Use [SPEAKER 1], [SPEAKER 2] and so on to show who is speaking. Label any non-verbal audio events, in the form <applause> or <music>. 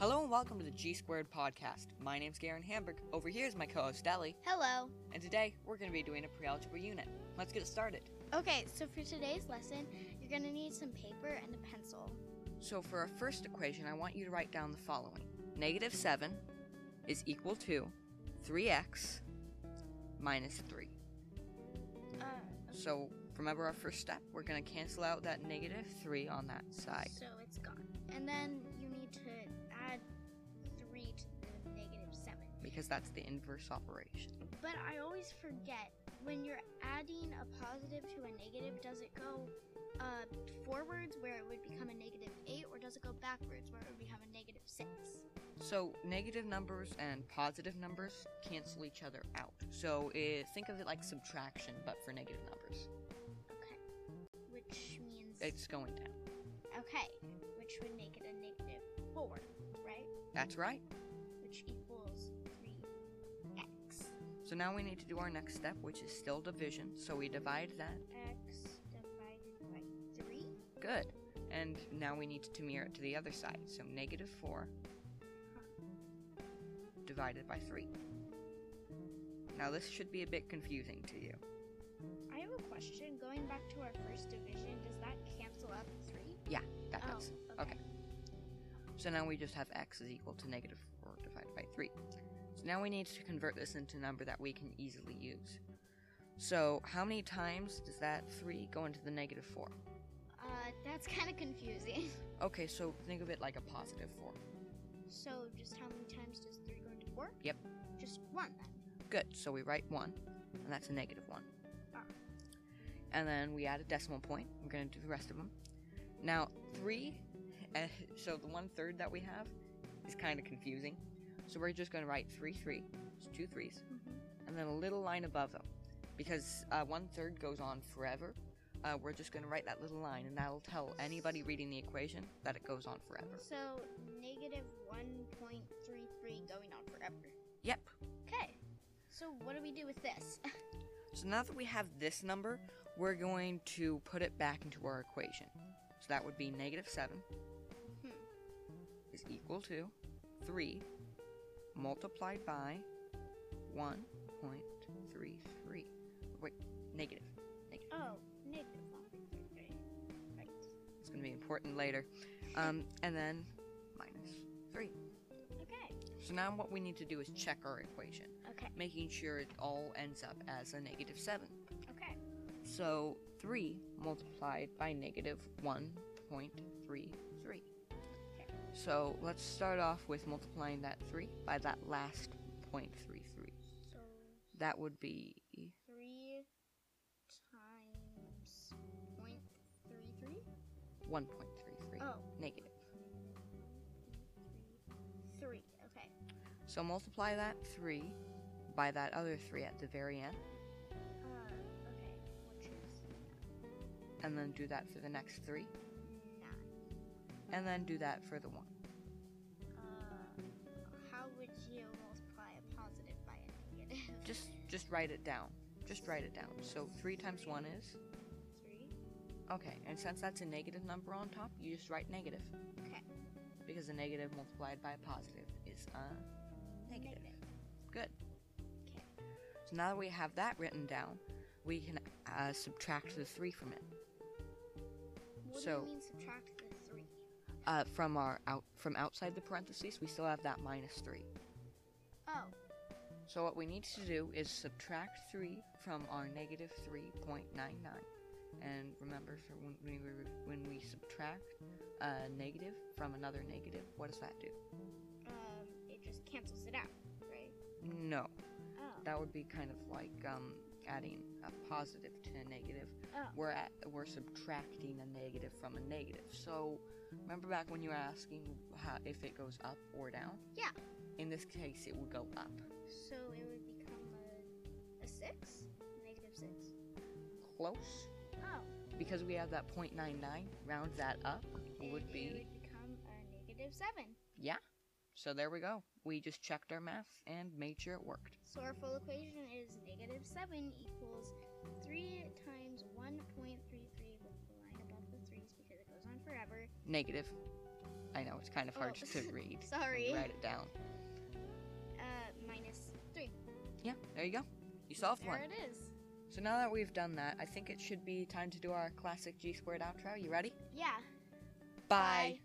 [SPEAKER 1] Hello and welcome to the G Squared Podcast. My name's Garen Hamburg. Over here is my co host Ellie,
[SPEAKER 2] Hello.
[SPEAKER 1] and today we're going to be doing a pre algebra unit. Let's get it started.
[SPEAKER 2] Okay, so for today's lesson, you're going to need some paper and a pencil.
[SPEAKER 1] So, for our first equation, I want you to write down the following negative 7 is equal to 3x minus 3.
[SPEAKER 2] Uh,
[SPEAKER 1] So, remember our first step? We're going to cancel out that negative 3 on that side.
[SPEAKER 2] so it's gone. And then you need to add 3 to the negative 7.
[SPEAKER 1] because that's the inverse operation.
[SPEAKER 2] But I always forget when you're adding a positive to a negative, does it go uh, forwards where it would become a negative 8, or does it go backwards where it would become a negative 6?
[SPEAKER 1] So negative numbers and positive numbers cancel each other out. So it, think of it like subtraction, but for negative numbers.
[SPEAKER 2] Okay. Which means.
[SPEAKER 1] It's going down.
[SPEAKER 2] okay, which would make it a negative 4, right?
[SPEAKER 1] That's right.
[SPEAKER 2] Which equals 3x.
[SPEAKER 1] So now we need to do our next step, which is still division. So we divide that.
[SPEAKER 2] x divided by 3
[SPEAKER 1] Good. And now we need to mirror it to the other side. So negative 4 divided by 3. Now this should be a bit confusing to you.
[SPEAKER 2] i have a question going back to our first division does that cancel out the 3
[SPEAKER 1] Yeah, that
[SPEAKER 2] Oh,
[SPEAKER 1] does.
[SPEAKER 2] okay.
[SPEAKER 1] So now we just have x is equal to negative 4 divided by 3. So now we need to convert this into a number that we can easily use. So how many times does that 3 go into the negative 4?
[SPEAKER 2] uh that's kind of confusing
[SPEAKER 1] Okay, so think of it like a positive 4.
[SPEAKER 2] so just how many times does 3 go into 4
[SPEAKER 1] Yep.
[SPEAKER 2] just one then
[SPEAKER 1] Good, so we write 1, and that's a negative 1.
[SPEAKER 2] Ah.
[SPEAKER 1] And then we add a decimal point. We're going to do the rest of them. Now, 3, eh, so the one third that we have is kind of confusing. So we're just going to write 3, 3. It's two threes.
[SPEAKER 2] Mm-hmm.
[SPEAKER 1] and then a little line above them. Because uh, one third goes on forever, uh, we're just going to write that little line, and that'll tell anybody reading the equation that it goes on forever.
[SPEAKER 2] so negative 1.33 going on forever
[SPEAKER 1] Yep.
[SPEAKER 2] okay so what do we do with this <laughs>
[SPEAKER 1] So now that we have this number, we're going to put it back into our equation. So that would be negative 7 is equal to 3 multiplied by 1.33. Wait, negative. Negative.
[SPEAKER 2] oh negative 1.33 right
[SPEAKER 1] It's going to be important later. Um, and then minus 3.
[SPEAKER 2] okay
[SPEAKER 1] So now what we need to do is check our equation,
[SPEAKER 2] okay
[SPEAKER 1] making sure it all ends up as a negative 7.
[SPEAKER 2] okay
[SPEAKER 1] So 3 multiplied by negative 1.33. So let's start off with multiplying that 3 by that last 0.33.
[SPEAKER 2] so
[SPEAKER 1] That would be
[SPEAKER 2] three times point three three.
[SPEAKER 1] 1.33
[SPEAKER 2] Oh.
[SPEAKER 1] negative.
[SPEAKER 2] Three. Okay.
[SPEAKER 1] So multiply that 3 by that other 3 at the very end,
[SPEAKER 2] Uh, okay. Which is
[SPEAKER 1] and then do that for the next 3,
[SPEAKER 2] nine.
[SPEAKER 1] and then do that for the 1.
[SPEAKER 2] Uh, how would you multiply a positive by a negative?
[SPEAKER 1] Just just write it down. Just write it down. So three times one is
[SPEAKER 2] Three.
[SPEAKER 1] okay. And since that's a negative number on top, you just write negative
[SPEAKER 2] Okay.
[SPEAKER 1] because a negative multiplied by a positive is a negative. Good.
[SPEAKER 2] Okay.
[SPEAKER 1] So now that we have that written down, we can uh, subtract the three from it
[SPEAKER 2] What
[SPEAKER 1] So-
[SPEAKER 2] do you mean subtract the three?
[SPEAKER 1] uh, from our out from outside the parentheses. We still have that minus three.
[SPEAKER 2] Oh.
[SPEAKER 1] So what we need to do is subtract 3 from our negative 3.99. And remember, for when we, when we subtract a negative from another negative, what does that do?
[SPEAKER 2] Um, it just cancels it out, right?
[SPEAKER 1] No,
[SPEAKER 2] Oh.
[SPEAKER 1] that would be kind of like um, adding a positive to a negative.
[SPEAKER 2] Oh.
[SPEAKER 1] We're at, we're subtracting a negative from a negative. So remember back when you were asking how, if it goes up or down.
[SPEAKER 2] Yeah.
[SPEAKER 1] In this case, it would go up.
[SPEAKER 2] So it would become a, a six, negative six.
[SPEAKER 1] Close.
[SPEAKER 2] Oh.
[SPEAKER 1] because we have that 0.99, round that up
[SPEAKER 2] And
[SPEAKER 1] would
[SPEAKER 2] It
[SPEAKER 1] be
[SPEAKER 2] would become a negative seven.
[SPEAKER 1] yeah. So there we go. We just checked our math and made sure it worked.
[SPEAKER 2] So our full equation is negative seven equals three times one point
[SPEAKER 1] negative. I know it's kind of hard
[SPEAKER 2] Oh.
[SPEAKER 1] to
[SPEAKER 2] <laughs>
[SPEAKER 1] read. when
[SPEAKER 2] Sorry.
[SPEAKER 1] you write it down.
[SPEAKER 2] Uh, minus three.
[SPEAKER 1] Yeah, there you go. You solved
[SPEAKER 2] There
[SPEAKER 1] one.
[SPEAKER 2] it is.
[SPEAKER 1] So now that we've done that, I think it should be time to do our classic G squared outro. You ready?
[SPEAKER 2] Yeah.
[SPEAKER 1] Bye.